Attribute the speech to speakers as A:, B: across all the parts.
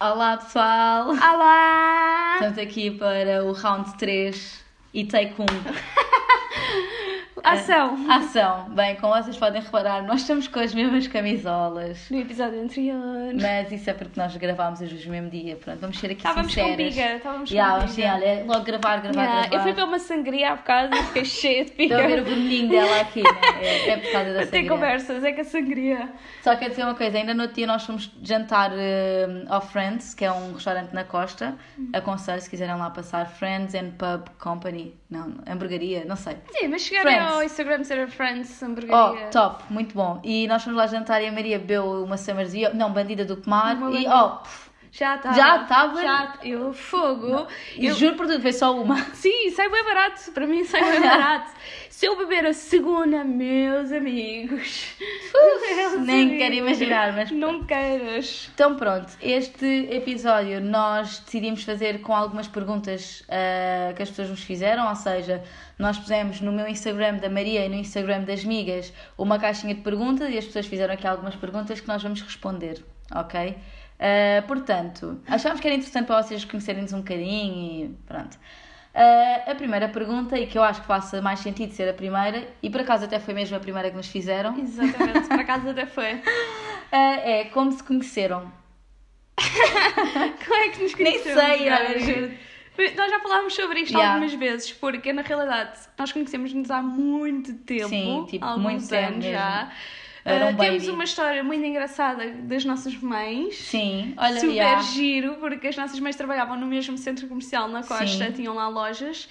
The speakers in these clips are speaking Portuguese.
A: Olá pessoal!
B: Olá!
A: Estamos aqui para o round 3 e take 1.
B: Ação!
A: Ação! Bem, como vocês podem reparar, nós estamos com as mesmas camisolas.
B: No episódio anterior.
A: Mas isso é porque nós gravámos hoje no mesmo dia. Pronto, vamos ser aqui
B: Estávamos com
A: sinceras.
B: biga, estávamos
A: Yeah,
B: com
A: vamos
B: biga.
A: sim, olha, é logo gravar, gravar,
B: Yeah,
A: gravar.
B: Eu fui para uma sangria há bocado e fiquei cheia de
A: Estão a ver o
B: pica.
A: vermelhinho dela aqui, né? é, é por causa da
B: Tem
A: sangria.
B: conversas, é que a sangria.
A: Só quero dizer uma coisa, ainda no outro dia nós fomos jantar eh, ao Friends, que é um restaurante na costa.
B: Uhum.
A: Aconselho se quiserem lá passar Friends and Pub Company. Não, hamburgueria, não sei.
B: Sim, mas chegarem
A: Friends.
B: ao Instagram será Friends Hamburgueria.
A: Oh, top, muito bom. E nós fomos lá jantar e a Maria bebeu uma Summers e eu- não, Bandida do Pomar
B: Uma
A: e
B: bandida.
A: oh, pff,
B: Já estava.
A: Já estava?
B: Já Eu, fogo.
A: e
B: Eu-
A: juro por tudo, foi só uma.
B: Sim, sai bem barato. Para mim sai bem barato. Se eu beber a segunda, meus amigos. Meus
A: Nem quero
B: amigos.
A: imaginar, mas
B: Não queiras.
A: Então pronto, este episódio nós decidimos fazer com algumas perguntas ah, que as pessoas nos fizeram, ou seja, nós pusemos no meu Instagram da Maria e no Instagram das migas uma caixinha de perguntas e as pessoas fizeram aqui algumas perguntas que nós vamos responder, ok? Ah, portanto, achámos que era interessante para vocês conhecerem-nos um bocadinho e pronto. Ah, a primeira pergunta, e que eu acho que faça mais sentido ser a primeira, e por acaso até foi mesmo a primeira que nos fizeram,
B: Exatamente, para casa até foi.
A: ah, é como se conheceram.
B: Como é que nos
A: Nem
B: conhecemos?
A: sei,
B: cara?
A: olha, juro.
B: Nós já falámos sobre isto
A: Yeah.
B: algumas vezes, porque na realidade nós conhecemos-nos há muito tempo
A: Sim, tipo,
B: há alguns
A: muito tempo
B: anos
A: mesmo.
B: já.
A: Era um
B: Ah, temos
A: baby.
B: uma história muito engraçada das nossas mães.
A: Sim, olha,
B: super
A: yeah.
B: giro, porque as nossas mães trabalhavam no mesmo centro comercial na Costa,
A: Sim.
B: tinham lá lojas.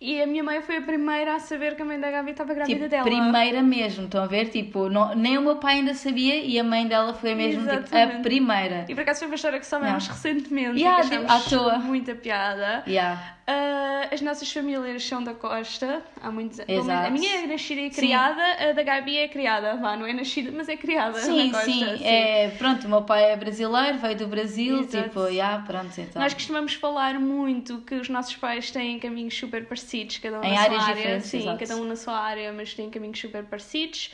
B: E a minha mãe foi a primeira a saber que a mãe da Gabi estava
A: Tipo,
B: grávida dela.
A: primeira mesmo, estão a ver? Tipo, não- nem o meu pai ainda sabia e a mãe dela foi mesmo tipo, a
B: Exatamente.
A: primeira.
B: E por acaso foi uma história que soubemos
A: Yeah.
B: recentemente
A: Yeah,
B: e que
A: tipo,
B: achámos
A: à toa.
B: muita piada.
A: Yeah.
B: Ah, as nossas famílias são da Costa, há muitos anos.
A: Exato.
B: A minha é nascida e
A: Sim.
B: criada, a da Gabi é criada, vá, não é nascida, mas é criada
A: Sim,
B: na Costa.
A: sim, É, pronto, o meu pai é brasileiro, veio do Brasil,
B: Exato.
A: tipo, yeah, pronto, então.
B: Nós costumamos falar muito que os nossos pais têm caminhos super parecidos, cada um
A: Em
B: na
A: áreas
B: sua área.
A: diferentes,
B: Sim,
A: exato.
B: cada um na sua área, mas têm caminhos super parecidos.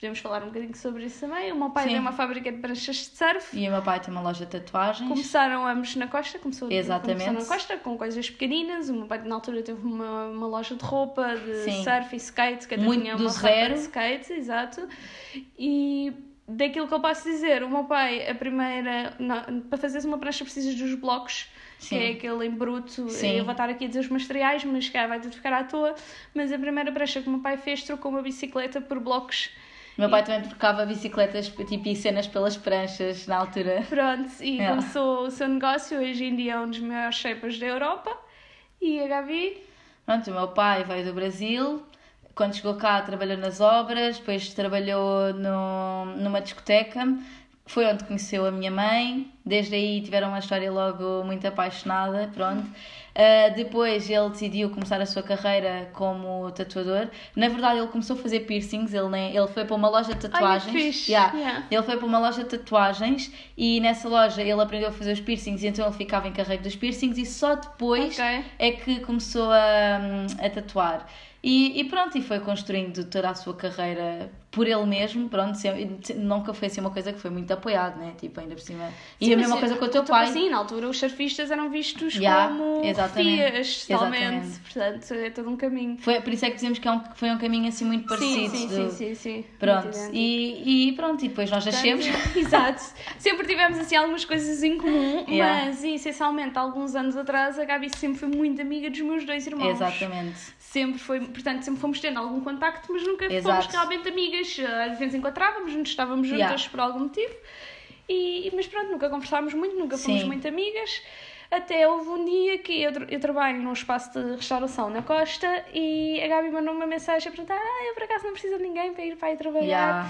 B: Podemos falar um bocadinho sobre isso também. O meu pai
A: Sim.
B: tem uma fábrica de pranchas de surf.
A: E o meu pai tem uma loja de tatuagens.
B: Começaram ambos na costa, começou
A: Exatamente.
B: começou na costa com coisas pequeninas. O meu pai na altura teve uma, uma loja de roupa, de
A: Sim.
B: surf e skate, que até
A: Muito
B: tinha
A: do
B: uma
A: zero.
B: rampa de skate, exato. E daquilo que eu posso dizer, o meu pai, a primeira. na- para fazeres uma prancha precisas dos blocos.
A: Sim.
B: Que é aquele em bruto,
A: Sim.
B: eu vou estar aqui a dizer os materiais, mas cá vai tudo ficar à toa. Mas a primeira prancha que o meu pai fez trocou uma bicicleta por blocos
A: O meu pai também trocava bicicletas tipo, e cenas pelas pranchas na altura.
B: Pronto, e
A: Yeah.
B: começou o seu negócio, hoje em dia é um dos maiores shapers da Europa. E a Gabi,
A: Pronto, o meu pai veio do Brasil, quando chegou cá trabalhou nas obras, depois trabalhou no, numa discoteca, foi onde conheceu a minha mãe, desde aí tiveram uma história logo muito apaixonada, pronto. Ah, depois ele decidiu começar a sua carreira como tatuador. Na verdade, ele começou a fazer piercings, ele, nem, ele foi para uma loja de tatuagens.
B: fixe.
A: Yeah.
B: Yeah.
A: Ele foi para uma loja de tatuagens e nessa loja ele aprendeu a fazer os piercings, então ele ficava encarregue dos piercings e só depois
B: Ok.
A: é que começou a, hum, a tatuar. E, e pronto, e foi construindo toda a sua carreira por ele mesmo, pronto, sempre, nunca foi assim uma coisa que foi muito apoiado, né? Tipo, ainda por cima. E
B: Sim,
A: a mesma
B: mas
A: coisa com o teu
B: tu-
A: pai.
B: Sim, na altura os surfistas eram vistos
A: Yeah,
B: como
A: exatamente,
B: refias, totalmente.
A: exatamente.
B: Portanto, é todo um caminho.
A: Foi, por isso é que dizemos que é um, que foi um caminho assim muito
B: Sim,
A: parecido.
B: sim,
A: do-
B: sim, sim, sim.
A: Pronto,
B: Muito idêntico.
A: e, e pronto, e depois nós nascemos.
B: Portanto, Exato. Sempre tivemos assim algumas coisas em comum,
A: Yeah.
B: mas essencialmente, alguns anos atrás, a Gabi sempre foi muito amiga dos meus dois irmãos.
A: Exatamente.
B: Sempre foi, portanto, sempre fomos tendo algum contacto, mas nunca fomos
A: Exato.
B: realmente amigas. Eh, Às vezes encontrávamos, nos estávamos juntas
A: Yeah.
B: por algum motivo. E, mas pronto, nunca conversámos muito, nunca fomos
A: Sim.
B: muito amigas. Até houve um dia que eu, tra- eu trabalho num espaço de restauração na Costa e a Gabi mandou uma mensagem a perguntar: Ah, eu por acaso não preciso de ninguém para ir para aí trabalhar.
A: Yeah.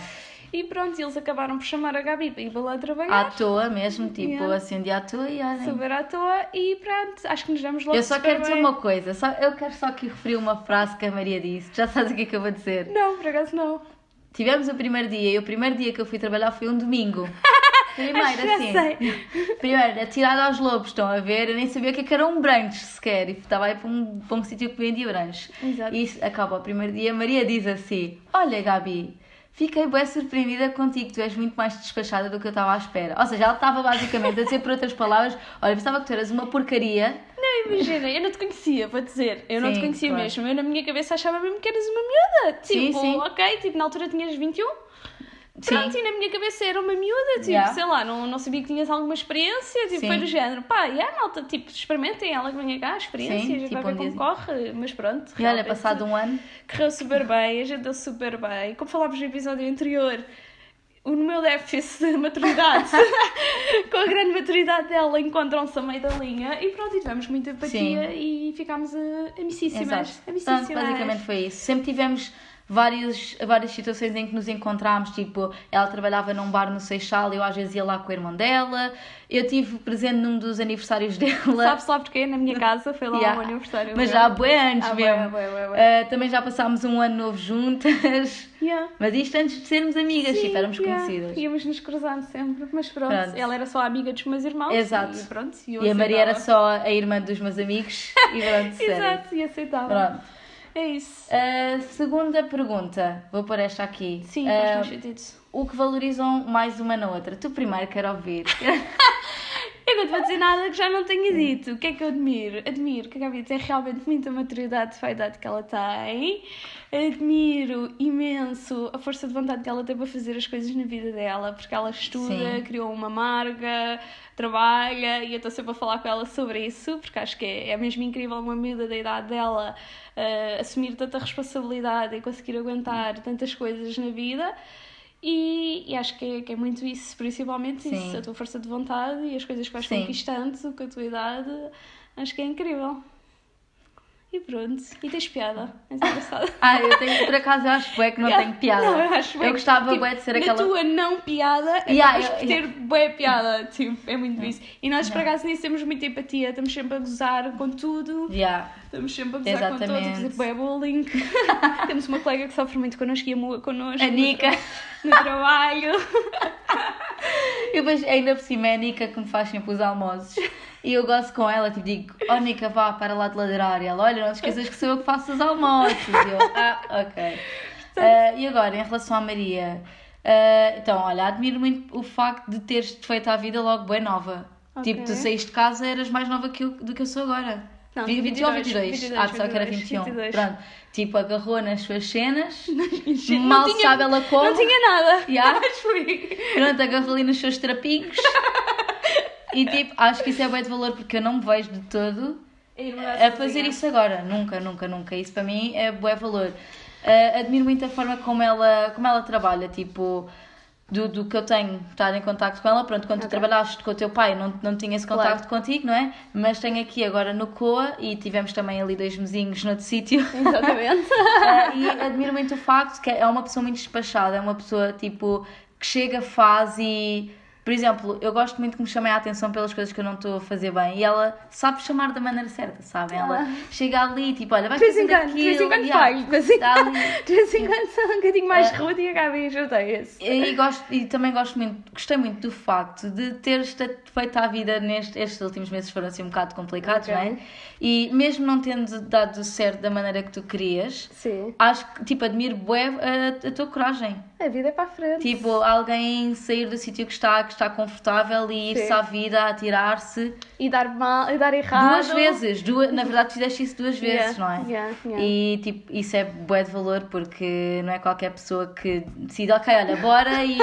B: E pronto, eles acabaram por chamar a Gabi para ir para lá
A: À
B: trabalhar,
A: toa mesmo, tipo,
B: Yeah.
A: assim um dia à toa e olhem.
B: saber à toa, e pronto, acho que nos damos logo
A: Eu só
B: super
A: quero dizer
B: bem.
A: uma coisa, só, eu quero só que referir uma frase que a Maria disse. Já sabes o que é que eu vou dizer.
B: Não, por acaso não.
A: Tivemos o primeiro dia e o primeiro dia que eu fui trabalhar foi um domingo. Primeiro,
B: Acho que já
A: assim.
B: sei.
A: Primeiro, atirada aos lobos, estão a ver? Eu nem sabia o que, é que era um branche sequer. E estava aí para um, para um sítio que vendia branche.
B: Exato.
A: E isso acaba o primeiro dia. a Maria diz assim: Olha, Gabi, Fiquei bem surpreendida contigo, tu és muito mais despachada do que eu estava à espera. Ou seja, ela estava basicamente a dizer, por outras palavras, olha, pensava que tu eras uma porcaria.
B: Não, imagina, eu não te conhecia, vou dizer. Eu não te
A: Sim,
B: conhecia
A: claro.
B: mesmo. Eu na minha cabeça achava mesmo que eras uma miúda. Tipo,
A: Sim, sim.
B: ok, tipo, na altura tinhas 21.
A: Sim.
B: Pronto, e na minha cabeça era uma miúda, tipo,
A: Yeah.
B: sei lá, não, não sabia que tinhas alguma experiência, tipo,
A: Sim.
B: foi do género, pá, e yeah, malta, tipo, experimentem, ela que venha cá, experiências,
A: Sim,
B: vai
A: tipo,
B: ver
A: um
B: como
A: dia-
B: corre, mas pronto.
A: E olha,
B: realmente
A: passado um ano,
B: Correu super bem, agendou super bem. Como falámos no episódio anterior, o meu déficit de maturidade, com a grande maturidade dela, encontram-se a meio da linha e pronto, e tivemos muita empatia e ficámos eh, amicíssimas.
A: Exato.
B: Amicíssimas.
A: Portanto, basicamente foi isso. Sempre tivemos várias, várias situações em que nos encontrámos, tipo, ela trabalhava num bar no Seixal, eu às vezes ia lá com o irmão dela, eu tive presente num dos aniversários dela.
B: Sabes lá porquê? Na minha casa foi lá
A: Yeah.
B: o aniversário.
A: Mas
B: meu.
A: já há bué anos
B: Ah, bué,
A: mesmo.
B: bué, bué, bué.
A: Ah, também já passámos um ano novo juntas.
B: Yeah.
A: Mas isto antes de sermos amigas,
B: Sim,
A: tipo, éramos
B: yeah.
A: conhecidas.
B: Íamos nos cruzando sempre, mas pronto,
A: Pronto.
B: ela era só amiga dos meus irmãos.
A: Exato.
B: E, pronto, e, eu
A: E a Maria era
B: aceitava.
A: só a irmã dos meus amigos. E pronto, sério.
B: Exato, e aceitava.
A: Pronto.
B: É isso.
A: Ah, segunda pergunta, vou pôr esta aqui.
B: Sim,
A: Ah,
B: faz mais sentido.
A: o que valorizam mais uma na outra? Tu primeiro quero ouvir.
B: Eu não te vou dizer nada que já não tenha dito. O que é que eu admiro? Admiro que a Gabi tem realmente muita maturidade para a idade que ela tem. Admiro imenso a força de vontade que ela tem para fazer as coisas na vida dela, porque ela estuda,
A: Sim.
B: criou uma marca, trabalha e eu estou sempre a falar com ela sobre isso, porque acho que é, é mesmo incrível uma miúda da idade dela eh, assumir tanta responsabilidade e conseguir aguentar tantas coisas na vida. E, e acho que é, que é muito isso, principalmente
A: Sim.
B: isso, a tua força de vontade e as coisas que vais
A: Sim.
B: conquistando com a tua idade. Acho que é incrível. E pronto. E tens piada. És engraçada.
A: Ah, eu tenho, por acaso eu acho bué que não
B: Yeah.
A: tenho piada.
B: Não, eu acho bué que,
A: gostava
B: tipo,
A: bué de ser
B: na
A: aquela.
B: tua não piada, é
A: Yeah,
B: capaz
A: eu-
B: de ter bué piada. Tipo, é muito isso. E nós, por acaso, nisso temos muita empatia. Estamos sempre a gozar com tudo.
A: Yeah.
B: Estamos sempre a gozar com tudo. A fazer
A: Exatamente.
B: bué bullying. Temos uma colega que sofre muito connosco e amua connosco.
A: A
B: no
A: Nica.
B: tra- No trabalho.
A: E depois ainda por cima é a Nica que me faz sempre os almoços. E eu gosto com ela, tipo, digo, ó oh, Nica, vá para lá de ladrar. E ela, olha, não te esqueças que sou eu que faço os almoços. E eu, ah, ok. Ah, e agora, em relação à Maria, ah, então, olha, admiro muito o facto de teres feito a vida logo bem nova.
B: Ok.
A: Tipo, tu saíste de casa eras mais nova que eu, do que eu sou agora.
B: Não,
A: Vi- 21 ou 22?
B: 22,
A: ah, pensava que era 21.
B: 22.
A: Pronto. Tipo, agarrou nas suas cenas,
B: Gente,
A: mal sabe ela como.
B: Não tinha nada. Tipo,
A: Yeah.
B: Mas foi.
A: Pronto, agarrou ali nos seus trapinhos. e tipo, acho que isso é bem de valor porque eu não me vejo de todo
B: é assim,
A: a É fazer isso agora. Nunca, nunca, nunca. Isso para mim é bué valor. Ah, admiro muito a forma como ela, como ela trabalha, tipo, do, do que eu tenho, estar em contacto com ela. Pronto, quando tu trabalhaste com o teu pai, não, não tinha esse contacto contigo, não é? Mas tenho aqui agora no COA e tivemos também ali dois mesinhos noutro sítio.
B: Exatamente.
A: Ah, e admiro muito o facto que é uma pessoa muito despachada, é uma pessoa tipo que chega, faz e. Por exemplo, eu gosto muito que me chamem a atenção pelas coisas que eu não estou a fazer bem e ela sabe chamar da maneira certa, sabe? Ela chega ali, tipo, olha, vai
B: De vez
A: fazer
B: em quando, de vez em
A: aquilo.
B: quando
A: yeah,
B: falho, de vez em
A: dá É.
B: quando,
A: ali.
B: de vez em quando sou um bocadinho mais rude e a Gabi judeia-se.
A: E, gosto, e também gosto muito, gostei muito do facto de teres te- feito a vida nestes estes últimos meses foram assim um bocado complicados,
B: Ok.
A: não é? E mesmo não tendo dado certo da maneira que tu querias,
B: Sim.
A: acho que, tipo, admiro bué eh, a, a tua coragem.
B: A vida é para a frente.
A: Tipo, alguém sair do sítio que está, que está confortável e ir-se
B: Sim.
A: à vida, a atirar-se.
B: E dar mal, e dar errado.
A: Duas vezes, duas, na verdade fizeste isso duas vezes,
B: Yeah,
A: não é?
B: yeah, yeah.
A: E tipo, isso é bué de valor porque não é qualquer pessoa que decide, ok, olha, bora e.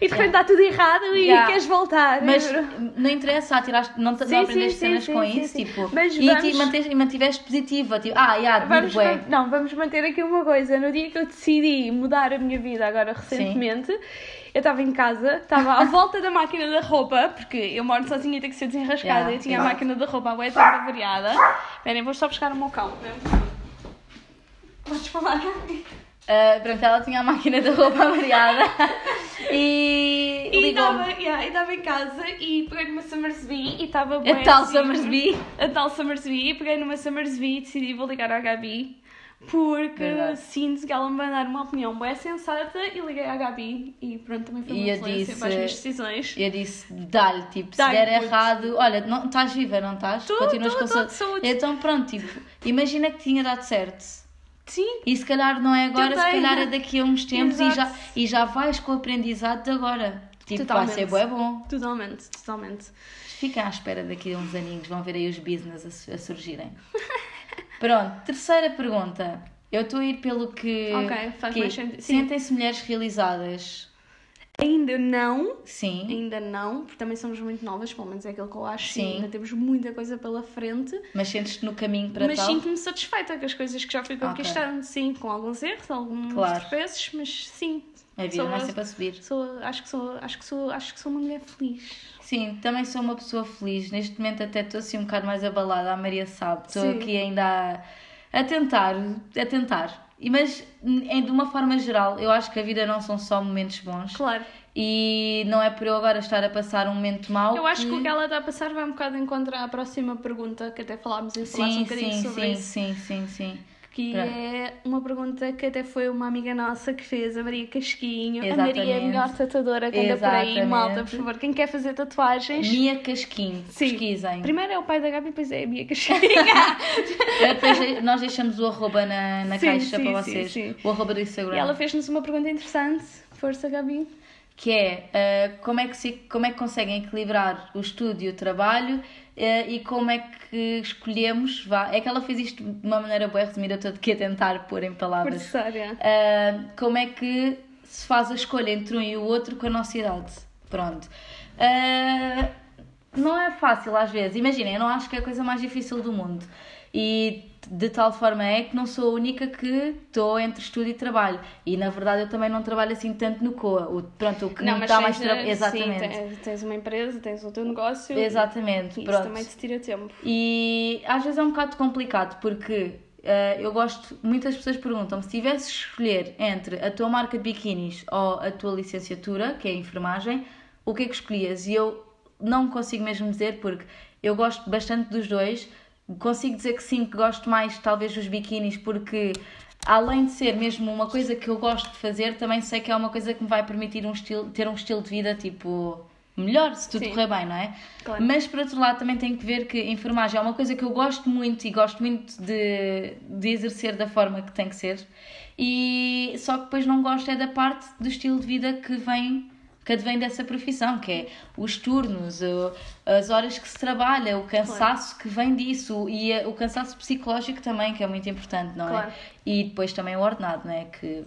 B: E de repente dá tudo errado e
A: Yeah.
B: queres voltar.
A: Mas não interessa, atiraste, não, te- não
B: Sim,
A: aprendeste
B: sim,
A: cenas
B: sim,
A: com
B: sim,
A: isso,
B: sim.
A: tipo.
B: Mas
A: e
B: vamos-
A: ti mantes- e mantiveste positiva, tipo, ah, yeah, admiro
B: Vamos,
A: bué.
B: man- não, vamos manter aqui uma coisa. No dia que eu decidi mudar a minha vida, agora recentemente, eu estava em casa, estava à volta da máquina da roupa, porque eu moro sozinha e tenho que ser desenrascada.
A: Yeah,
B: eu tinha a
A: exato.
B: máquina da roupa, agora estava variada. Esperem, vou só buscar o meu cão. Podes falar, Gabi?
A: Ah, pronto, ela tinha a máquina da roupa variada e,
B: E
A: ligou-me.
B: estava yeah, e estava em casa e peguei numa Summersby e estava
A: A tal Summersby.
B: A tal Summersby e peguei numa Summersby e decidi vou ligar à Gabi porque
A: Verdade.
B: sinto que ela me vai dar uma opinião bem sensata e liguei à Gabi e pronto, também foi
A: E
B: uma
A: eu
B: influência
A: disse-
B: para as minhas decisões.
A: Eu disse, dá-lhe, tipo, se
B: Dá-lhe,
A: der
B: puto.
A: errado, olha, não, estás viva, não estás?
B: Tô,
A: Continuas
B: tô,
A: com
B: tô
A: saúde.
B: de saúde.
A: Então pronto, tipo, imagina que tinha dado certo.
B: Sim,
A: E se calhar não é agora, se
B: Também.
A: calhar é daqui a uns tempos e já,
B: né? Exato.
A: e já vais com o aprendizado de agora. Tipo, vai
B: Totalmente.
A: ser bué bom.
B: totalmente, totalmente.
A: Fiquem à espera daqui a uns aninhos, vão ver aí os business a, su- a surgirem. Pronto, terceira pergunta. Eu estou a ir pelo que.
B: Ok, faz
A: que
B: mais sentido. Sim.
A: Sentem-se mulheres realizadas?
B: Ainda não,
A: Sim,
B: ainda não, porque também somos muito novas, pelo menos é aquilo que eu acho.
A: Sim.
B: Sim. Ainda temos muita coisa pela frente.
A: mas sentes-te no caminho para
B: mas
A: tal?
B: sinto-me satisfeita com as coisas que já fui
A: Ok.
B: conquistando, sim, com alguns erros, alguns
A: Claro.
B: tropeços, mas sim.
A: A vida
B: sou,
A: não é sempre a subir.
B: sou- acho que sou, acho que sou, acho que sou uma mulher feliz.
A: Sim, também sou uma pessoa feliz. Neste momento até estou assim um bocado mais abalada, a Maria sabe. Estou
B: Sim.
A: aqui ainda a, a tentar, a tentar. E- Mas em, de uma forma geral, eu acho que a vida não são só momentos bons.
B: Claro.
A: E não é por eu agora estar a passar um momento mau.
B: Eu acho que o que ela está a passar vai um bocado em contra à próxima pergunta que até falámos em falar um
A: Sim,
B: bocadinho
A: sim,
B: sobre
A: sim,
B: isso.
A: sim, sim, sim.
B: Que
A: Pronto.
B: é uma pergunta que até foi uma amiga nossa que fez, a Maria Casquinho. A Maria é a
A: Exatamente.
B: melhor tatuadora que anda por aí,
A: Exatamente.
B: malta, por favor. Quem quer fazer tatuagens,
A: Mia Casquinho,
B: Sim.
A: pesquisem.
B: primeiro é o pai da Gabi, depois é a Mia Casquinho.
A: Eu Depois de- nós deixamos o arroba na, na
B: Sim,
A: caixa
B: sim,
A: para
B: sim,
A: vocês.
B: sim.
A: O arroba do Instagram.
B: E ela fez-nos uma pergunta interessante. Força, Gabi.
A: que é ah, como é que se, como é que conseguem equilibrar o estudo e o trabalho ah, e como é que escolhemos vá é que ela fez isto de uma maneira bem resumida eu estou aqui a tentar pôr em palavras
B: Forçária.
A: Ah, como é que se faz a escolha entre um e o outro com a nossa idade pronto Ah, não é fácil às vezes imaginem eu não acho que é a coisa mais difícil do mundo e de tal forma é que não sou a única que estou entre estudo e trabalho e na verdade eu também não trabalho assim tanto no COA o, pronto o que não, dá mais
B: tens,
A: trabalho
B: né,
A: exatamente
B: Sim, tens, tens uma empresa, tens o teu negócio.
A: exatamente
B: E isso
A: pronto
B: também te tira tempo.
A: e às vezes é um bocado complicado porque eh, eu gosto, muitas pessoas perguntam se tivesses de escolher entre a tua marca de biquinis ou a tua licenciatura, que é a enfermagem, o que é que escolhias? E eu não consigo mesmo dizer porque eu gosto bastante dos dois. Consigo dizer que sim, que gosto mais talvez dos biquinis porque além de ser mesmo uma coisa que eu gosto de fazer, também sei que é uma coisa que me vai permitir um estilo, ter um estilo de vida tipo melhor, se tudo
B: Sim.
A: correr bem, não é?
B: Claro.
A: Mas por outro lado também tenho que ver que a enfermagem é uma coisa que eu gosto muito e gosto muito de, de exercer da forma que tem que ser. E só que depois não gosto é da parte do estilo de vida que vem que advém dessa profissão, que é os turnos, o- as horas que se trabalha, o cansaço que vem disso e eh, o cansaço psicológico também, que é muito importante, não
B: Claro.
A: é? E depois também o ordenado, não é? Que...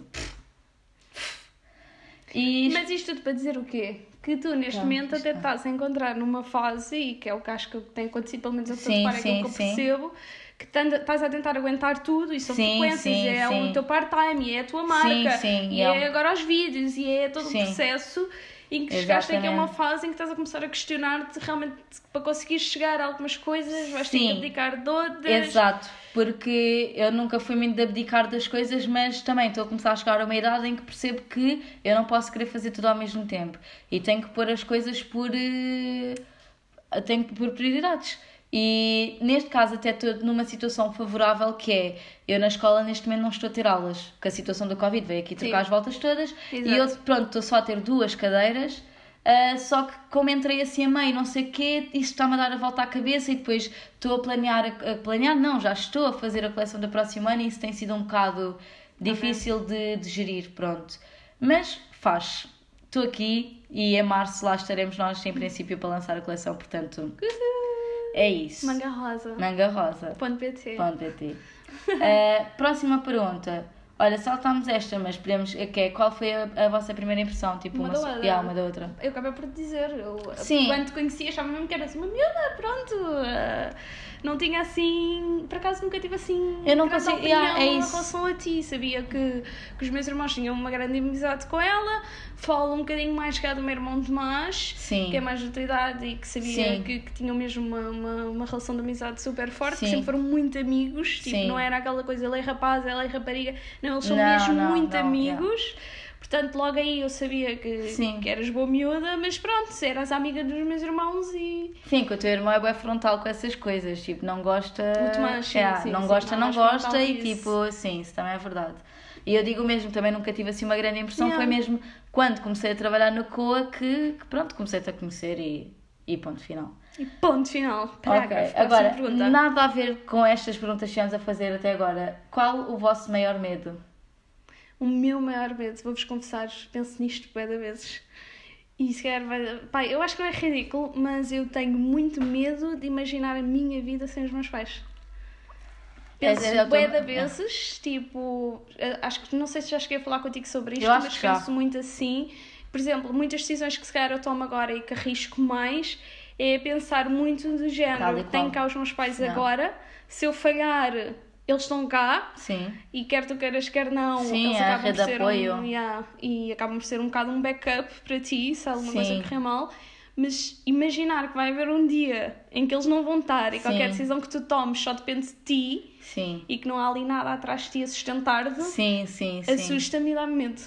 A: E
B: Mas isto tudo para dizer o quê? Que tu neste
A: Tá,
B: momento até
A: está.
B: estás a encontrar numa fase, e que é o que acho que tem acontecido, pelo menos a
A: Sim,
B: participar, é aquilo
A: sim,
B: que eu
A: sim.
B: percebo, que tanda- estás a tentar aguentar tudo, e são
A: Sim,
B: frequências,
A: sim,
B: e é
A: sim.
B: o teu part-time, e é a tua
A: Sim,
B: marca,
A: sim,
B: e
A: e é um-
B: é agora os vídeos, e é todo
A: Sim.
B: o processo, em que chegaste aqui a uma
A: Exatamente.
B: fase em que estás a começar a questionar-te realmente para conseguir chegar a algumas coisas, vais ter
A: Sim.
B: que abdicar de outras.
A: Exato, porque eu nunca fui muito de abdicar das coisas, mas também estou a começar a chegar a uma idade em que percebo que eu não posso querer fazer tudo ao mesmo tempo e tenho que pôr as coisas por. eh, tenho que pôr prioridades. E neste caso, até estou numa situação favorável que é eu na escola neste momento não estou a ter aulas, porque a situação do Covid veio aqui trocar
B: Sim.
A: as voltas todas e
B: Exato.
A: eu, pronto, estou só a ter duas cadeiras. ah, só que como entrei assim a meio, não sei o quê, isso está-me a dar a volta à cabeça e depois estou a planear, a, a planear, não, já estou a fazer a coleção do próximo ano e isso tem sido um bocado difícil de, de gerir, pronto. Mas faz, estou aqui e em março lá estaremos nós em princípio para lançar a coleção, portanto é isso.
B: Manga rosa.
A: Manga rosa.
B: Ponto PT.
A: Ponto PT. Eh, próxima pergunta. Olha, saltámos esta, mas podemos. Que é, qual foi a, a vossa primeira impressão? Tipo,
B: Uma
A: uma,
B: da
A: só-
B: outra.
A: Yeah, uma da outra.
B: Eu acabei por te dizer, eu,
A: Sim.
B: quando te conheci achava mesmo que eras uma miúda, pronto. ah, não tinha assim. Por acaso nunca tive assim.
A: Eu não
B: grande
A: consigo-
B: opinião
A: yeah, é
B: em
A: isso.
B: relação a ti. Sabia que, que os meus irmãos tinham uma grande amizade com ela. Falo um bocadinho mais cá do meu irmão Tomás,
A: Sim.
B: que é mais da tua idade e que sabia
A: Sim.
B: que, que tinham mesmo uma, uma, uma relação de amizade super forte,
A: Sim.
B: que sempre foram muito amigos. Tipo,
A: Sim.
B: não era aquela coisa, ele é rapaz, ela é rapariga. Não, eles são
A: Não,
B: mesmo
A: não,
B: muito
A: não, yeah.
B: amigos. Portanto, logo aí eu sabia que,
A: Sim.
B: que eras boa miúda, mas pronto, eras amiga dos meus irmãos e.
A: Sim, que o teu irmão é bem frontal com essas coisas. Tipo, não gosta.
B: O Tomás, sim,
A: Yeah,
B: sim,
A: não
B: sim,
A: gosta,
B: não,
A: não
B: mais frontal
A: gosta e
B: que isso.
A: tipo, sim, isso também é verdade. E eu digo mesmo, também nunca tive assim uma grande impressão.
B: Yeah.
A: Foi mesmo quando comecei a trabalhar no COA que, que pronto, comecei-te a conhecer e E ponto final.
B: E ponto final. Parágrafo.
A: ok,
B: Próxima
A: agora,
B: pergunta.
A: nada a ver com estas perguntas que estivemos a fazer até agora. Qual o vosso maior medo?
B: O meu maior medo, vou-vos confessar, penso nisto bué de vezes. E se calhar vai. Pai, eu acho que não é ridículo, mas eu tenho muito medo de imaginar a minha vida sem os meus pais.
A: Quer
B: Penso
A: dizer, eu É, tô-
B: bué de vezes, tipo. eh, Acho que não sei se já cheguei a falar contigo sobre isto,
A: Eu acho
B: mas
A: que já.
B: penso muito assim. Por exemplo, muitas decisões que se calhar eu tomo agora e que arrisco mais é pensar muito do
A: Tal e
B: género:
A: qual.
B: tenho cá os meus pais
A: Não.
B: agora, se eu falhar, eles estão cá,
A: Sim.
B: e quer tu queiras, quer não,
A: Sim,
B: eles
A: é a
B: acabam
A: rede
B: por
A: de
B: ser
A: apoio.
B: um. yeah, e acabam por ser um bocado um backup para ti se alguma
A: Sim.
B: coisa correr mal. Mas imaginar que vai haver um dia em que eles não vão estar e
A: Sim.
B: qualquer decisão que tu tomes só depende de ti
A: Sim.
B: e que não há ali nada atrás de ti a sustentar-te,
A: Sim, sim,
B: é
A: sim.
B: assusta-me e dá-me medo.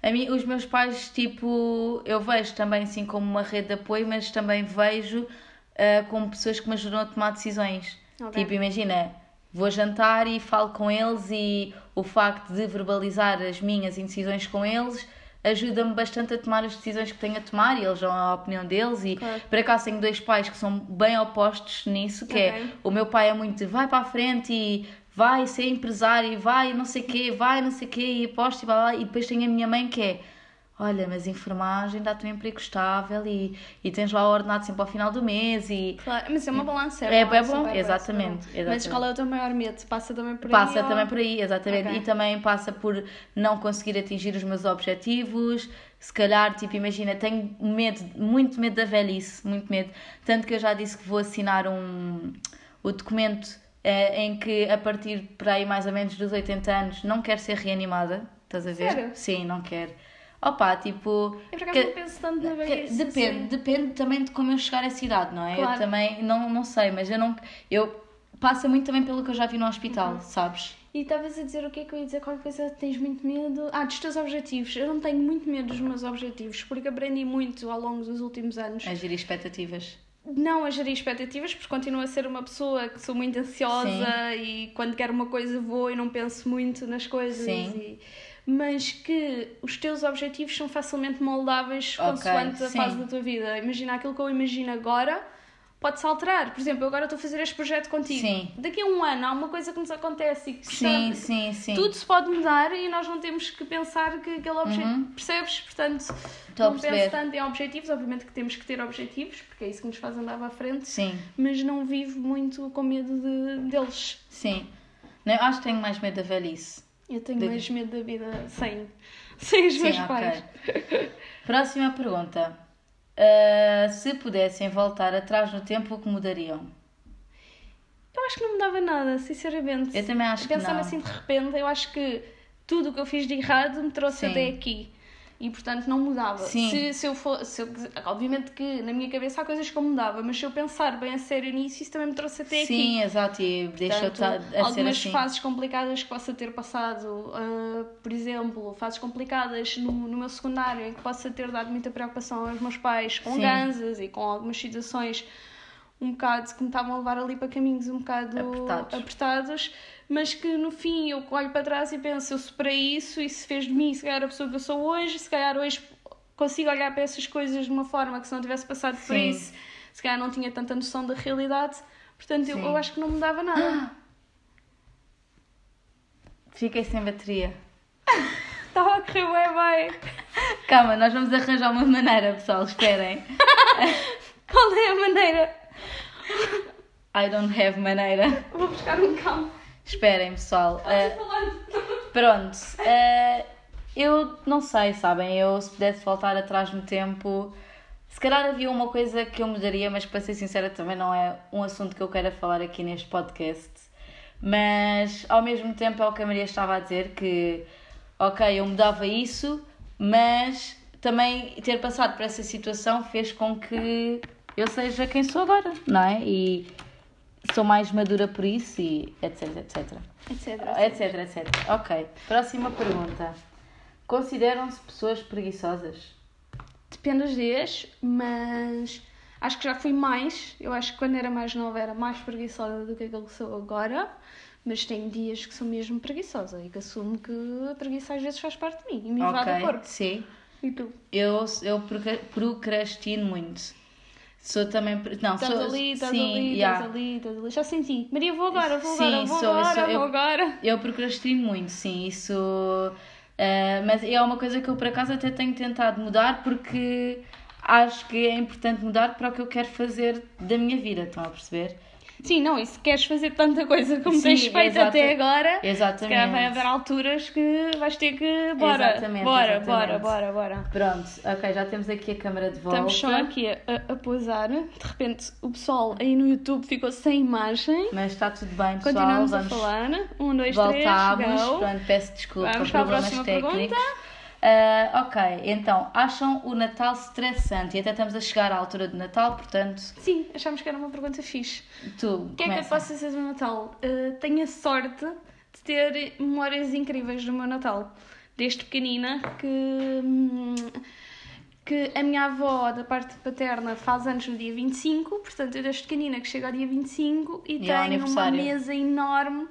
A: A mim, os meus pais, tipo, eu vejo também assim como uma rede de apoio, mas também vejo ah, como pessoas que me ajudam a tomar decisões.
B: Ok.
A: Tipo, imagina, vou jantar e falo com eles e o facto de verbalizar as minhas indecisões com eles ajuda-me bastante a tomar as decisões que tenho a tomar e eles dão a opinião deles e
B: Claro.
A: por acaso tenho dois pais que são bem opostos nisso, que é
B: Ok.
A: o meu pai é muito de vai para a frente e vai ser empresário e vai não sei quê, vai não sei quê e aposta e vai lá. E depois tem a minha mãe que é olha, mas enfermagem dá-te um emprego estável e, e tens lá o ordenado sempre ao final do mês e
B: Claro, mas é uma balança.
A: É,
B: uma
A: é
B: balança,
A: bom,
B: uma balança,
A: exatamente,
B: uma balança. Mas
A: exatamente.
B: qual é o teu maior medo? Passa também por
A: passa
B: aí? ou-
A: também por aí, exatamente.
B: Ok.
A: E também passa por não conseguir atingir os meus objetivos. Se calhar, tipo, imagina, tenho medo, muito medo da velhice, muito medo. Tanto que eu já disse que vou assinar um, o documento eh, em que, a partir por aí mais ou menos dos 80 anos, não quero ser reanimada. Estás a ver?
B: Sério?
A: Sim, não quero. Opa, tipo.
B: Eu por acaso
A: que-
B: não penso tanto na
A: que-
B: velhice.
A: depende,
B: assim.
A: depende também de como eu chegar à cidade, não é? Eu
B: Claro.
A: também não, não sei, mas eu não. Eu, passa muito também pelo que eu já vi no hospital,
B: Uhum.
A: sabes?
B: E estavas a dizer o que é que eu ia dizer? Qualquer coisa que tens muito medo? Ah, dos teus objetivos. Eu não tenho muito medo dos meus objetivos, porque aprendi muito ao longo dos últimos anos.
A: Agir expectativas.
B: Não a gerir expectativas, porque continuo a ser uma pessoa que sou muito ansiosa e quando quero uma coisa vou e não penso muito nas coisas.
A: Sim.
B: e- Mas que os teus objetivos são facilmente moldáveis
A: Ok,
B: consoante a
A: sim.
B: fase da tua vida. Imagina aquilo que eu imagino agora. Pode-se alterar. Por exemplo, eu agora estou a fazer este projeto contigo.
A: Sim.
B: Daqui a um ano há uma coisa que nos acontece e que
A: Sim,
B: está-
A: sim, sim.
B: tudo se pode mudar e nós não temos que pensar que aquele objetivo. Percebes? Portanto,
A: Uhum. a
B: não
A: perceber.
B: penso tanto em objetivos. Obviamente que temos que ter objetivos, porque é isso que nos faz andar para a frente.
A: Sim,
B: Mas não vivo muito com medo de, deles.
A: sim. Não, eu acho que tenho mais medo da velhice.
B: Eu tenho
A: De-
B: mais medo da vida sem, sem os
A: Sim,
B: meus
A: ok.
B: pais.
A: Próxima pergunta. Ah, se pudessem voltar atrás no tempo, o que mudariam?
B: Eu acho que não me dava nada, sinceramente.
A: Eu também acho que
B: Pensando
A: não.
B: assim de repente, eu acho que tudo o que eu fiz de errado me trouxe
A: Sim.
B: até aqui. E portanto não mudava.
A: Sim.
B: Se, se eu for, se eu quis- obviamente que na minha cabeça há coisas que eu mudava, mas se eu pensar bem a sério nisso, isso também me trouxe até aqui.
A: Sim, exato, e deixa
B: Portanto,
A: estar a ser
B: algumas
A: assim.
B: fases complicadas que possa ter passado, ah, por exemplo, fases complicadas no, no meu secundário em que possa ter dado muita preocupação aos meus pais com
A: Sim.
B: ganzas e com algumas situações um bocado que me estavam a levar ali para caminhos um bocado
A: Apertados.
B: apertados, mas que no fim eu olho para trás e penso, eu superei isso, isso fez de mim, se calhar a pessoa que eu sou hoje, se calhar hoje consigo olhar para essas coisas de uma forma que se não tivesse passado por
A: Sim.
B: isso, se calhar não tinha tanta noção da realidade, portanto eu,
A: Sim.
B: eu acho que não me dava nada.
A: Fiquei sem bateria.
B: Estava a correr bem bem.
A: Calma, nós vamos arranjar uma maneira, pessoal, esperem.
B: Qual é a maneira?
A: I don't have maneira.
B: Vou buscar um cão.
A: Esperem, pessoal. Ah,
B: Falando.
A: Pronto, eh, eu não sei, sabem? Eu, se pudesse voltar atrás no tempo, se calhar havia uma coisa que eu mudaria, mas para ser sincera, também não é um assunto que eu queira falar aqui neste podcast. Mas ao mesmo tempo é o que a Maria estava a dizer: que, ok, eu mudava isso, mas também ter passado por essa situação fez com que eu seja quem sou agora, não é? E sou mais madura por isso e etc, etc
B: Etc.
A: etc, etc. Ok, próxima pergunta. Consideram-se pessoas preguiçosas?
B: Depende dos dias, mas acho que já fui mais. Eu acho que quando era mais nova era mais preguiçosa do que aquilo que sou agora. Mas tenho dias que sou mesmo preguiçosa e que assumo que a preguiça às vezes faz parte de mim e me invade o corpo.
A: sim.
B: E tu?
A: Eu, eu procra- procrastino muito. Sou também. Não,
B: Estás
A: Ah, sou.
B: ali, estás
A: sim,
B: ali,
A: yeah.
B: estás ali, estás ali. Já senti. Maria, vou agora, vou
A: Sim,
B: agora, vou
A: sou,
B: agora,
A: sou- eu-
B: vou agora.
A: Eu procrastino muito, sim, isso. eh, mas é uma coisa que eu por acaso até tenho tentado mudar porque acho que é importante mudar para o que eu quero fazer da minha vida, estão a perceber?
B: Sim, não, e se queres fazer tanta coisa como
A: Sim,
B: tens feito
A: exata-
B: até agora, se
A: Exatamente.
B: calhar vai haver alturas que vais ter que. Bora,
A: Exatamente,
B: bora,
A: exatamente.
B: bora, bora, bora.
A: Pronto, ok, já temos aqui a câmara de volta.
B: Estamos só aqui a, a, a pousar. De repente, o pessoal aí no YouTube ficou sem imagem.
A: Mas está tudo bem, pessoal.
B: Continuamos
A: vamos
B: a falar. Um, dois,
A: voltamos.
B: três, go.
A: Pronto, peço desculpa
B: Vamos
A: por
B: para a
A: problemas
B: próxima
A: técnicos. Ah, ok, então, acham o Natal estressante? E até estamos a chegar à altura do Natal, portanto,
B: Sim, achámos que era uma pergunta fixe.
A: tu.
B: O que é que eu posso dizer do Natal? Uh, tenho a sorte de ter memórias incríveis do meu Natal. Desde pequenina que, hum, que a minha avó, da parte paterna, faz anos no dia 25, portanto eu desde pequenina que chego ao dia 25 e,
A: E ao
B: tenho uma
A: aniversário.
B: mesa enorme uh,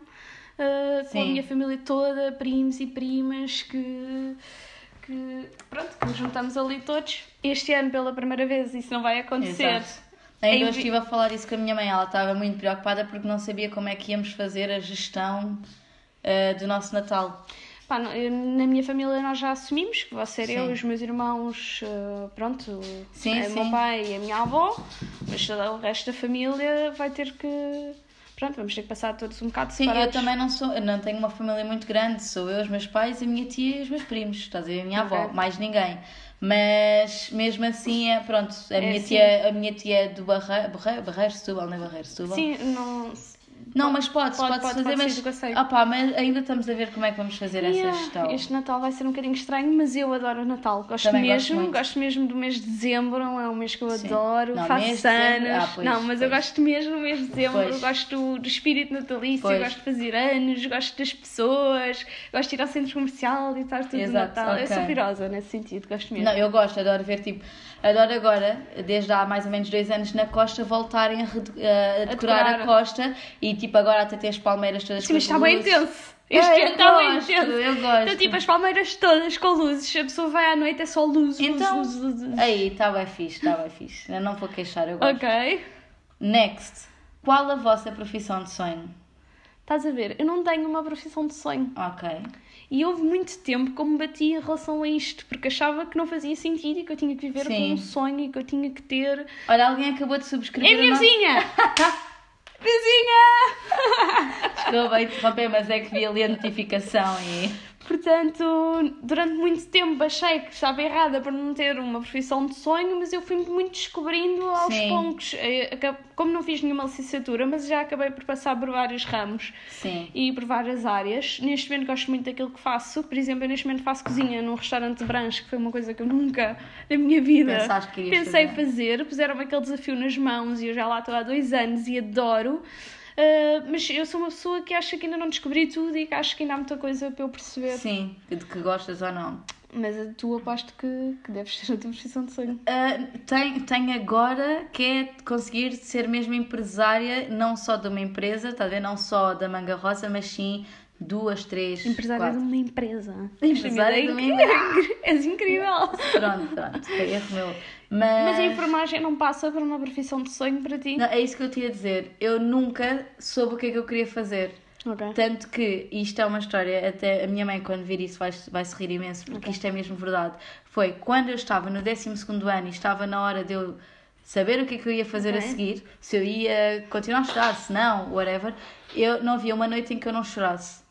B: com a
A: Sim.
B: minha família toda, primos e primas que. Que, pronto, que nos juntamos ali todos. Este ano, pela primeira vez, isso não vai acontecer.
A: Exato. Ainda
B: Em
A: hoje
B: vi-
A: estive a falar isso com a minha mãe, ela estava muito preocupada porque não sabia como é que íamos fazer a gestão ah, do nosso Natal.
B: Pá, não- eu- na minha família nós já assumimos que vou ser eu,
A: Sim.
B: os meus irmãos, eh, pronto,
A: Sim,
B: eh, o meu
A: sim.
B: pai e a minha avó, mas todo o resto da família vai ter que. Pronto, vamos ter que passar todos um bocado
A: Sim,
B: separados.
A: eu também não sou, eu não tenho uma família muito grande, sou eu, os meus pais, a minha tia e os meus primos, estás a ver? A minha avó,
B: Ok.
A: mais ninguém. Mas mesmo assim é, pronto, a, minha,
B: sim.
A: tia, a minha tia é do Barreiro, Barreiro, Barreiro Setúbal, não é Barreiro Setúbal?
B: Sim, não.
A: Não, mas pode-se,
B: Pode-
A: pode, se
B: pode-
A: fazer,
B: pode ser
A: mas,
B: do passeio.
A: Ah pá, mas ainda estamos a ver como é que vamos fazer
B: Yeah,
A: essa gestão.
B: Este Natal vai ser um bocadinho estranho, mas eu adoro o Natal. Gosto
A: Também gosto
B: mesmo,
A: muito.
B: gosto, mesmo do mês de dezembro, é um mês que eu
A: Sim.
B: adoro,
A: Não, mês
B: faço
A: de dezembro-
B: anos.
A: ah, pois,
B: não, mas eu
A: pois.
B: gosto mesmo do mês de dezembro,
A: Pois.
B: gosto do espírito natalício,
A: Pois.
B: gosto de fazer anos, gosto das pessoas, gosto de ir ao centro comercial e estar tudo no
A: Exato,
B: Natal. Eu sou
A: ok.
B: pirosa nesse sentido, gosto mesmo.
A: Não, eu gosto, adoro ver, tipo, adoro agora, desde há mais ou menos dois anos na costa, voltarem a, redu- a- a decorar
B: decorar.
A: a costa e, tipo, agora até ter as palmeiras todas
B: Sim, mas está bem
A: bem
B: intenso. Este
A: eu
B: ano está bem
A: gosto,
B: intenso.
A: eu gosto.
B: Então, tipo, as palmeiras todas com luzes, a pessoa vai à noite, é só luzes, luzes,
A: Então-
B: luzes, luzes.
A: Aí, está bem fixe, está bem fixe. Eu não vou queixar, eu gosto.
B: Ok.
A: Next. Qual a vossa profissão de sonho?
B: Estás a ver? Eu não tenho uma profissão de sonho.
A: Ok.
B: E houve muito tempo que eu me bati em relação a isto, porque achava que não fazia sentido e que eu tinha que viver
A: Sim.
B: com um sonho e que eu tinha que ter.
A: Olha, alguém acabou de subscrever.
B: É a
A: o
B: minha
A: nosso-
B: vizinha! vizinha!
A: Desculpa interromper, mas é que vi ali a notificação e.
B: Portanto, durante muito tempo achei que estava errada por não ter uma profissão de sonho, mas eu fui muito descobrindo aos
A: Sim.
B: poucos. Eh, acab- Como não fiz nenhuma licenciatura, mas já acabei por passar por vários ramos.
A: Sim.
B: e por várias áreas. Neste momento gosto muito daquilo que faço. Por exemplo, eu neste momento faço cozinha num restaurante de brancho, que foi uma coisa que eu nunca na minha vida
A: Pensaste que irias
B: pensei
A: fazer.
B: fazer. Puseram-me aquele desafio nas mãos e eu já lá estou há dois anos e adoro. Uh, mas eu sou uma pessoa que acha que ainda não descobri tudo e que acho que ainda há muita coisa para eu perceber.
A: Sim, de que gostas ou não.
B: Mas a tu aposto que, que deves ter a tua profissão de sonho.
A: Ah, tenho, tenho agora que é conseguir ser mesmo empresária, não só de uma empresa, talvez não só da Manga Rosa, mas sim duas, três,
B: Empresária
A: quatro.
B: de uma empresa.
A: Empresária
B: Esta
A: de
B: miúda é incri- És incrível!
A: Pronto, pronto, foi erro meu. Mas,
B: Mas é a enfermagem não passa por uma profissão de sonho para ti?
A: não, é isso que eu te ia dizer. Eu nunca soube o que é que eu queria fazer.
B: Ok.
A: Tanto que, e isto é uma história, até a minha mãe quando vir isso vai, vai se rir imenso, porque isto é mesmo verdade. Foi quando eu estava no 12 ano e estava na hora de eu saber o que é que eu ia fazer
B: Ok.
A: a seguir, se eu ia continuar a estudar, se não, whatever, eu não havia uma noite em que eu não chorasse,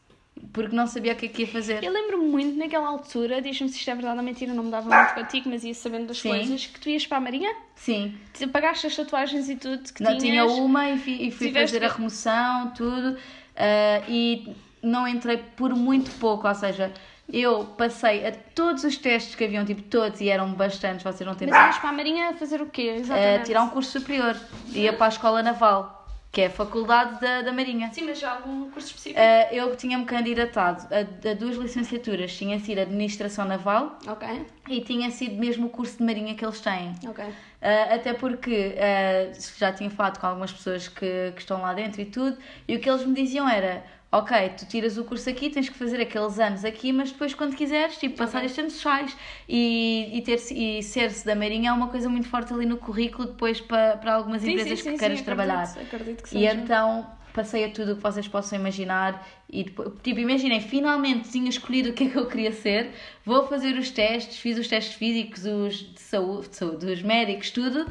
A: porque não sabia o que é que ia fazer.
B: Eu lembro-me muito naquela altura, diz-me se isto é verdade ou mentira, não me dava muito contigo, mas ia sabendo das
A: Sim.
B: coisas, que tu ias para a Marinha,
A: Sim,
B: te pagaste as tatuagens e tudo que
A: não tinha
B: tinhas.
A: uma e fui, e fui
B: tiveste
A: fazer a
B: que-
A: remoção, tudo, ah, e não entrei por muito pouco, ou seja, eu passei a todos os testes que haviam, tipo todos, e eram bastantes, vocês não têm
B: Mas ias para a Marinha fazer o quê?
A: a
B: Exatamente.
A: tirar um curso superior. Ia para a Escola Naval, que é a Faculdade da, da Marinha.
B: Sim, mas já algum curso específico.
A: Ah, eu tinha-me candidatado a, a duas licenciaturas. Tinha sido Administração Naval
B: Ok,
A: e tinha sido mesmo o curso de Marinha que eles têm.
B: ok.
A: Ah, até porque ah, já tinha falado com algumas pessoas que, que estão lá dentro e tudo, e o que eles me diziam era: ok, tu tiras o curso aqui, tens que fazer aqueles anos aqui, mas depois quando quiseres, tipo, passar estes anos, sais. E, e, ter e ser-se da Marinha é uma coisa muito forte ali no currículo depois para, para algumas
B: Sim,
A: empresas
B: sim, sim,
A: que
B: sim, é
A: queiras
B: acredito-
A: trabalhar.
B: Acredito que
A: E
B: seja.
A: então passei a tudo o que vocês possam imaginar e depois, tipo, imaginem, finalmente tinha escolhido o que é que eu queria ser, vou fazer os testes, fiz os testes físicos, os de saúde, de saúde os médicos, tudo,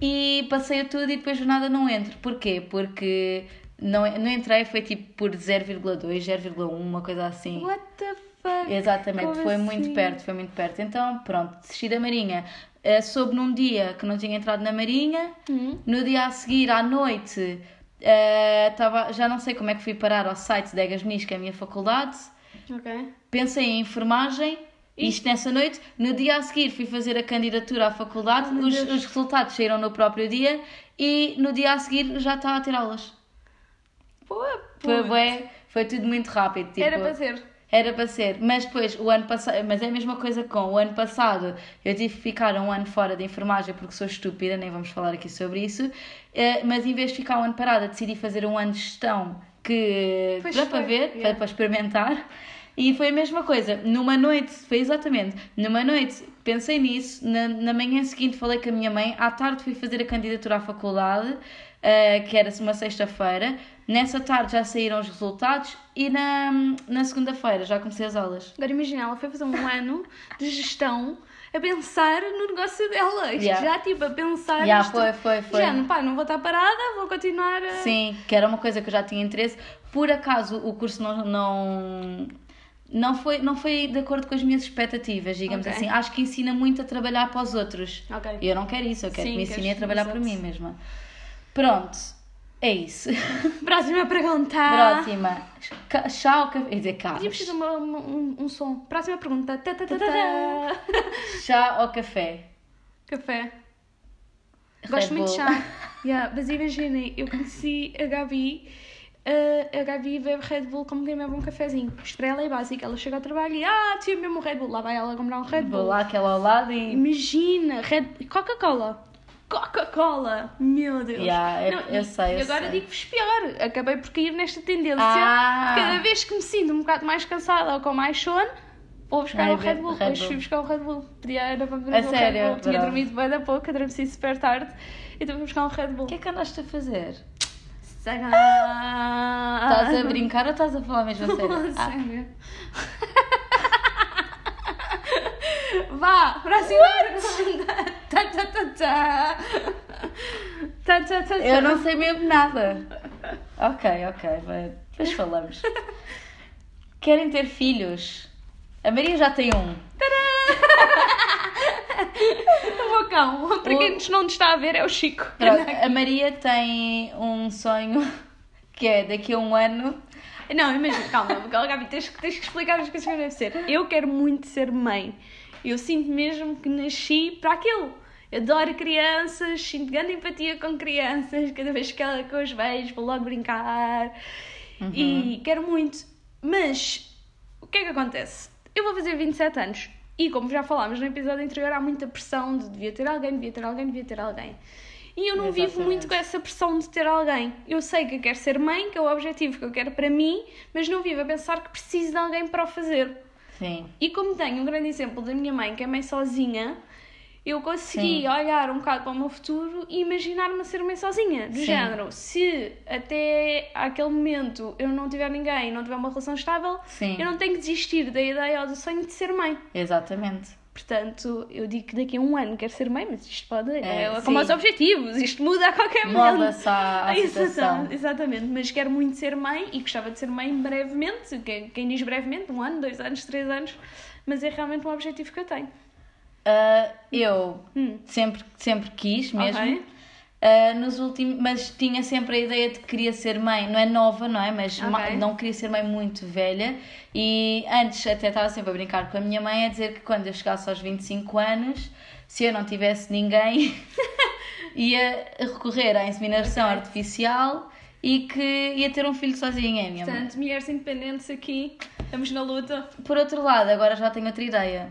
A: e passei a tudo e depois do nada não entro. Porquê? Porque não, não entrei, foi tipo por 0,2, 0,1, uma coisa assim.
B: What the fuck?
A: Exatamente,
B: Como
A: foi
B: assim?
A: muito perto, foi muito perto. Então, pronto, desisti da Marinha. Eh, soube num dia que não tinha entrado na Marinha,
B: Hum.
A: no dia a seguir, à noite, eh, tava, já não sei como é que fui parar ao site da Egas Muniz, que é a minha faculdade.
B: Ok.
A: Pensei em enfermagem, isto nessa noite. No dia a seguir fui fazer a candidatura à faculdade,
B: meu
A: os,
B: Deus.
A: os resultados saíram no próprio dia e no dia a seguir já estava a ter aulas.
B: Boa,
A: Foi,
B: puta.
A: bué, foi tudo muito rápido. Tipo,
B: Era para ser.
A: era para ser, mas depois o ano passado, mas é a mesma coisa com o ano passado. Eu tive que ficar um ano fora de enfermagem porque sou estúpida, nem vamos falar aqui sobre isso. Eh, Mas em vez de ficar um ano parada, decidi fazer um ano de gestão que
B: Pois
A: para,
B: foi,
A: para ver,
B: yeah.
A: para, para experimentar. E foi a mesma coisa. Numa noite, foi exatamente, numa noite pensei nisso, na, na manhã seguinte falei com a minha mãe, à tarde fui fazer a candidatura à faculdade, eh, que era uma sexta-feira. Nessa tarde já saíram os resultados e na, na segunda-feira já comecei as aulas.
B: Agora imagina, ela foi fazer um ano de gestão a pensar no negócio dela. Isto
A: Yeah.
B: Já tipo a pensar.
A: Já
B: isto-
A: foi, foi, foi.
B: Já, pá, não vou estar parada, vou continuar eh, a.
A: Sim, que era uma coisa que eu já tinha interesse. Por acaso o curso não não não foi não foi de acordo com as minhas expectativas, digamos
B: Ok.
A: assim. Acho que ensina muito a trabalhar para os outros.
B: Ok.
A: E eu não quero isso, eu quero
B: Sim,
A: que me
B: queres-
A: ensinem a trabalhar para
B: exato.
A: mim mesma. Pronto. É isso.
B: Próxima pergunta.
A: Próxima. Ca- Chá ou café? Quer dizer, cá.
B: Podíamos fazer uma- uma- um, um som. Próxima pergunta. Tá, tá, tá, tá.
A: Chá ou café?
B: Café. Gosto
A: Red
B: muito de
A: Bull.
B: chá. Yeah, mas imaginem, eu conheci a Gabi. eh, a Gabi bebe Red Bull como quem bebe um cafezinho. Isto para ela é básico. Ela chega ao trabalho e, ah, tinha mesmo um Red Bull. Lá vai ela comprar um Red
A: Vou
B: Bull.
A: lá, aquela ao lado e.
B: Imagina, Red... Coca-Cola. Coca-Cola! Meu Deus!
A: Yeah, eu- eu
B: e,
A: sei, eu
B: e agora
A: sei.
B: digo-vos pior, acabei por cair nesta tendência.
A: Ah!
B: Cada vez que me sinto um bocado mais cansada ou com mais sono, vou buscar
A: Ai,
B: um Red
A: be-
B: Bull.
A: Red
B: Hoje
A: Bull.
B: fui buscar um Red Bull. Podia era para beber
A: A
B: um
A: sério?
B: Red Bull. Tinha
A: Bravo.
B: dormido bem da pouco, adormeci super tarde. Então vou buscar um Red Bull.
A: O que é que andaste a fazer?
B: Estás
A: Estás
B: a
A: a brincar ou estás a falar mesmo a sério? Ah,
B: Sério? Vá, próxima pergunta. Tá, tá, tá, tá. Tá, tá, tá,
A: eu
B: tá.
A: não sei mesmo nada. Ok, ok, vai. depois falamos. Querem ter filhos? A Maria já tem um.
B: O um bocão, para quem não nos está a ver, é o Chico.
A: Pronto, a Maria tem um sonho que é daqui a um ano.
B: Não, imagina, calma, Gabi, tens, que- tens que explicar as coisas que deve ser. Eu quero muito ser mãe. Eu sinto mesmo que nasci para aquilo. Eu adoro crianças, sinto grande empatia com crianças, cada vez que, ela, que eu as vejo vou logo brincar. E quero muito. Mas o que é que acontece? Eu vou fazer 27 anos e, como já falámos no episódio anterior, há muita pressão de devia ter alguém, devia ter alguém, devia ter alguém. E eu não vivo
A: Exatamente.
B: muito com essa pressão de ter alguém. Eu sei que eu quero ser mãe, que é o objetivo que eu quero para mim, mas não vivo a pensar que preciso de alguém para o fazer.
A: Sim.
B: E como tenho um grande exemplo da minha mãe, que é mãe sozinha, eu consegui olhar um bocado para o meu futuro e imaginar-me a ser mãe sozinha. Do
A: Sim.
B: género, se até aquele momento eu não tiver ninguém, não tiver uma relação estável,
A: Sim.
B: eu não tenho que desistir da ideia ou do sonho de ser mãe.
A: Exatamente.
B: Portanto, eu digo que daqui a um ano quero ser mãe, mas isto pode. É,
A: É,
B: como
A: sim.
B: os objetivos, isto muda a qualquer momento.
A: Moda-se à, à
B: é
A: situação.
B: Exatamente, exatamente, mas quero muito ser mãe e gostava de ser mãe brevemente. Quem, quem diz brevemente, um ano, dois anos, três anos, mas é realmente um objetivo que eu tenho.
A: É Ah, eu
B: Hum.
A: sempre, sempre quis mesmo.
B: Ok.
A: Ah, nos últimos, mas tinha sempre a ideia de que queria ser mãe, não é nova, não é? Mas ma-
B: Ok.
A: não queria ser mãe muito velha. E antes até estava sempre a brincar com a minha mãe a dizer que quando eu chegasse aos 25 anos, se eu não tivesse ninguém, ia recorrer à inseminação
B: Ok.
A: artificial e que ia ter um filho sozinha, a minha mãe.
B: Portanto, mulheres independentes aqui, estamos na luta.
A: Por outro lado, agora já tenho outra ideia.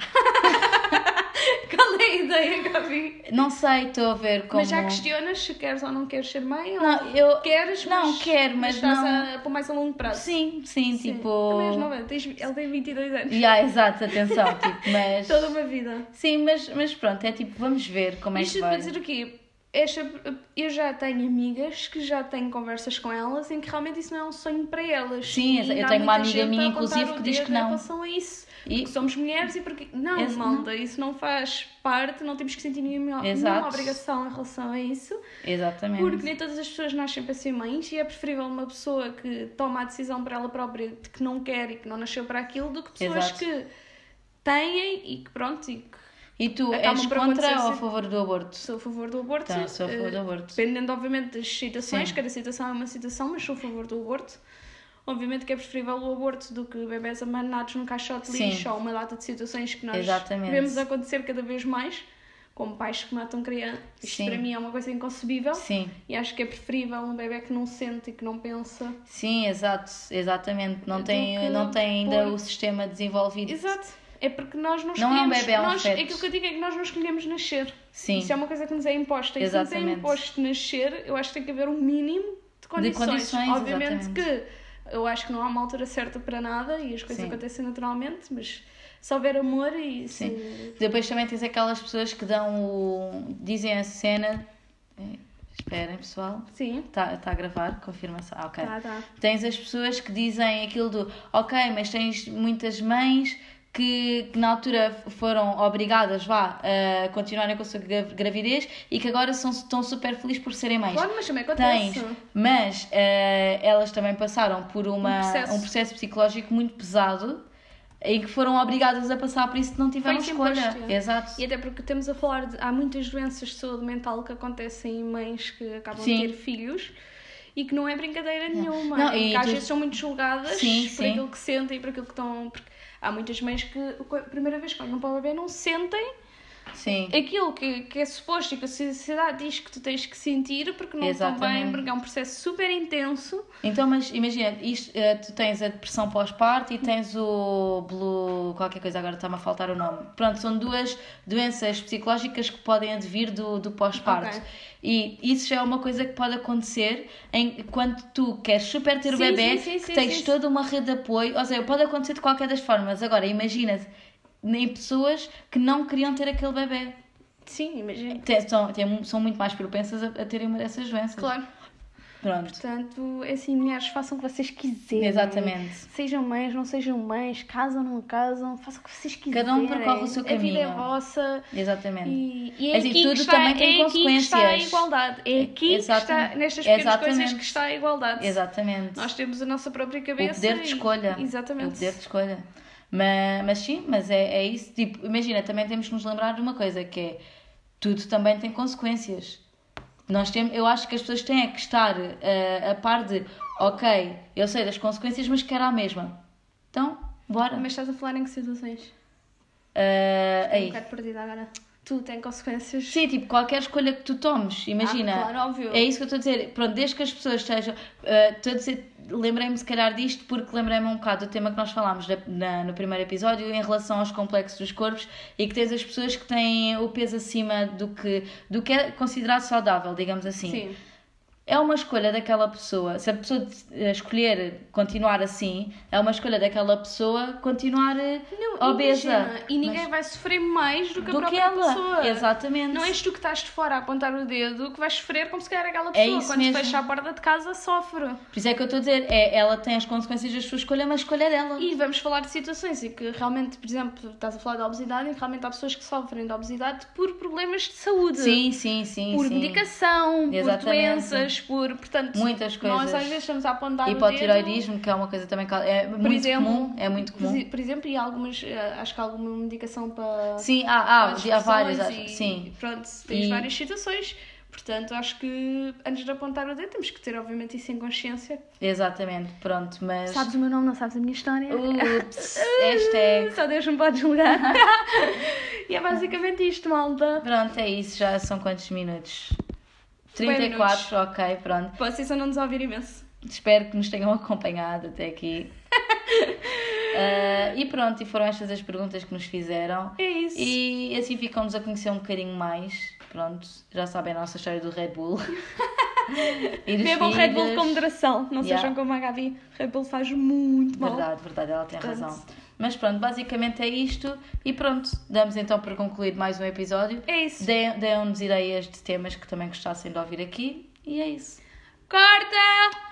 B: Qual é a ideia, Gabi.
A: Não sei, estou a ver como.
B: Mas já questionas se queres ou não queres ser mãe? ou
A: Não, eu.
B: Queres, mas,
A: Não, quero, mas
B: estás
A: não-
B: a- para mais a longo prazo.
A: Sim, sim, tipo.
B: Também és nova, tens, ele tem 22 anos.
A: Yeah, exato, atenção, tipo, mas.
B: Toda uma vida.
A: Sim, mas, mas pronto, é tipo, vamos ver como é
B: Isto
A: que
B: para
A: vai.
B: dizer o quê? Esta, eu já tenho amigas que já tenho conversas com elas em que realmente isso não é um sonho para elas.
A: Sim,
B: E
A: eu
B: há
A: tenho uma
B: muita
A: amiga
B: gente
A: minha,
B: a apontar
A: inclusive,
B: o
A: que diz
B: dedo
A: que
B: em
A: não.
B: relação a isso.
A: E-
B: Porque somos mulheres e porque. Não,
A: Esse-
B: malta, isso não faz parte, não temos que sentir nenhuma, nenhuma
A: Exato.
B: obrigação em relação a isso.
A: Exatamente.
B: Porque nem todas as pessoas nascem para ser mães e é preferível uma pessoa que toma a decisão para ela própria de que não quer e que não nasceu para aquilo do que pessoas
A: Exato.
B: que têm e que pronto, e que
A: E tu
B: Acabam
A: és
B: por
A: contra
B: acontecer
A: ou a
B: sempre.
A: favor do aborto?
B: sou a favor do aborto.
A: Tá, sou a favor
B: eh,
A: do aborto.
B: Dependendo, obviamente, das situações,
A: Sim.
B: cada situação é uma situação, mas sou a favor do aborto. Obviamente que é preferível o aborto do que bebés amanados num caixote de
A: Sim.
B: lixo ou uma data de situações que nós
A: Exatamente.
B: vemos acontecer cada vez mais, como pais que matam crianças. Isto
A: Sim.
B: para mim é uma coisa inconcebível.
A: Sim,
B: E acho que é preferível um bebê que não sente e que não pensa.
A: sim, exato, exatamente. Não
B: Do
A: tem,
B: que
A: não tem ainda
B: pôr-
A: o sistema desenvolvido.
B: Exato. É porque nós não
A: Não
B: escolhemos.
A: é um bebé, é um
B: nós,
A: feto.
B: Aquilo que eu digo é que nós não escolhemos nascer.
A: Sim,
B: Isso é uma coisa que nos é imposta. E se nos é
A: Exatamente.
B: imposto nascer, eu acho que tem que haver um mínimo de condições.
A: condições,
B: Obviamente
A: exatamente.
B: que eu acho que não há uma altura certa para nada e as coisas
A: Sim.
B: acontecem naturalmente, mas se houver amor e se.
A: sim. Depois também tens aquelas pessoas que dão o. dizem a cena. Eh, Esperem, pessoal.
B: Sim.
A: Está tá a gravar? Confirma-se. Ah, ok.
B: Tá, tá.
A: Tens as pessoas que dizem aquilo do ok, mas tens muitas mães que, que na altura f- foram obrigadas vá, a continuarem com a sua gra- gravidez e que agora são, estão super felizes por serem mães.
B: Claro, mas também
A: Tens,
B: acontece.
A: mas eh, elas também passaram por uma, um,
B: Um
A: processo.
B: processo.
A: psicológico muito pesado em que foram obrigadas a passar por isso que não tiveram
B: Foi-lhes
A: escolha.
B: imposto, é.
A: Exato.
B: E até porque estamos a falar de. Há muitas doenças de saúde mental que acontecem em mães que acabam
A: Sim.
B: de ter filhos e que não é brincadeira nenhuma.
A: Não,
B: e
A: e
B: que às
A: tu-
B: vezes são muito julgadas
A: Sim,
B: por
A: sim.
B: aquilo que sentem e por aquilo que estão. Porque há muitas mães que, a primeira vez que olham para o bebê, não sentem
A: Sim.
B: aquilo que, que é suposto e que a sociedade diz que tu tens que sentir porque não estão bem,
A: Exatamente.
B: porque é um processo super intenso.
A: Então, mas imagina, isto, eh, tu tens a depressão pós-parto e tens o blue, qualquer coisa, agora está-me a faltar o nome. Pronto, são duas doenças psicológicas que podem advir do, do pós-parto.
B: Ok.
A: E isso já é uma coisa que pode acontecer em, quando tu queres super ter o
B: Sim,
A: bebê,
B: sim, sim,
A: que
B: sim,
A: tens
B: sim,
A: toda uma rede de apoio, ou seja, pode acontecer de qualquer das formas. Agora, imagina-te em pessoas que não queriam ter aquele bebê.
B: Sim, imagino.
A: Tem- São, tem- são muito mais propensas a, a terem uma dessas doenças.
B: Claro.
A: Pronto,
B: Portanto, é assim, mulheres, façam o que vocês quiserem.
A: exatamente.
B: Sejam mães, não sejam mães, casam, não casam, façam o que vocês quiserem.
A: Cada um percorre o seu
B: A vida é
A: caminho.
B: vossa.
A: Exatamente.
B: E, e é
A: Assim,
B: aqui
A: tudo
B: que está,
A: também tem
B: é aqui que está a
A: consequências.
B: igualdade. É aqui que
A: Exatamente.
B: está, nestas pequenas coisas
A: Exatamente.
B: que está a igualdade.
A: Exatamente.
B: Nós temos a nossa própria
A: o
B: cabeça.
A: poder de
B: e-
A: escolha. É
B: Exatamente.
A: O poder de escolha. Mas, mas sim, mas é, é isso. Tipo, imagina, também temos que nos lembrar de uma coisa que é tudo também tem consequências. Nós temos, eu acho que as pessoas têm é que estar eh, a par de ok, eu sei das consequências, mas quero a mesma. Então, bora.
B: Mas estás a falar em que situações?
A: Eh,
B: Estou Um
A: aí.
B: bocado perdida agora. Tudo tem consequências.
A: Sim, tipo, qualquer escolha que tu tomes, imagina.
B: Ah, claro, óbvio.
A: É isso que eu estou a dizer. Pronto, desde que as pessoas estejam. eh, Estou a dizer, lembrei-me se calhar disto, porque lembrei-me um bocado do tema que nós falámos na- na- no primeiro episódio em relação aos complexos dos corpos e que tens as pessoas que têm o peso acima do que, do que é considerado saudável, digamos assim.
B: Sim.
A: É uma escolha daquela pessoa. Se a pessoa eh, escolher continuar assim, é uma escolha daquela pessoa continuar eh,
B: Não,
A: obesa.
B: imagina, e ninguém vai sofrer mais do que a
A: do que
B: própria
A: ela.
B: pessoa.
A: Exatamente.
B: Não é és tu que estás de fora a apontar o dedo que vais sofrer como se calhar aquela
A: É
B: pessoa.
A: isso
B: Quando
A: mesmo.
B: fecha a porta de casa, sofre.
A: Por isso é que eu estou a dizer, é, ela tem as consequências da sua escolha, mas a escolha é dela.
B: E vamos falar de situações em que realmente, por exemplo, estás a falar da obesidade, em que realmente há pessoas que sofrem de obesidade por problemas de saúde.
A: Sim, sim, sim.
B: Por
A: sim.
B: medicação,
A: Exatamente.
B: por doenças, por. Portanto,
A: Muitas
B: Nós
A: coisas.
B: às vezes estamos a apontar o dedo.
A: Hipotiroidismo, que é uma coisa também que é muito
B: exemplo,
A: comum. É muito
B: Por
A: comum.
B: exe- Por exemplo, e algumas, eh, acho que há alguma medicação para.
A: Sim,
B: para
A: há, há,
B: as
A: Ah, há várias.
B: pressões
A: acho-
B: e-
A: Sim.
B: Pronto, tens
A: E-
B: várias situações. Portanto, acho que antes de apontar o dedo, temos que ter, obviamente, isso em consciência.
A: Exatamente, pronto, mas. Uh.
B: Sabes o meu nome, não sabes a minha história.
A: Ups, é, hashtag.
B: Só Deus me pode julgar. e é basicamente isto, malta.
A: Pronto, é isso, já são quantos minutos?
B: Bem
A: 34, ok, pronto.
B: Vocês só não nos ouvir imenso.
A: Espero que nos tenham acompanhado até aqui. Ah, e pronto, e foram estas as perguntas que nos fizeram.
B: É isso.
A: E assim ficamos a conhecer um bocadinho mais. Pronto, já sabem a nossa história do Red Bull. E dos
B: Bebam Red Bull
A: filhos.
B: com moderação, não
A: Yeah.
B: sejam como a Gabi. Red Bull faz muito mal.
A: Verdade, verdade, ela tem
B: Portanto-
A: razão. Mas pronto, basicamente é isto. E pronto, damos então para concluir mais um episódio.
B: É isso.
A: Deem- Deem-nos ideias de temas que também gostassem de ouvir aqui. E é isso.
B: Corta!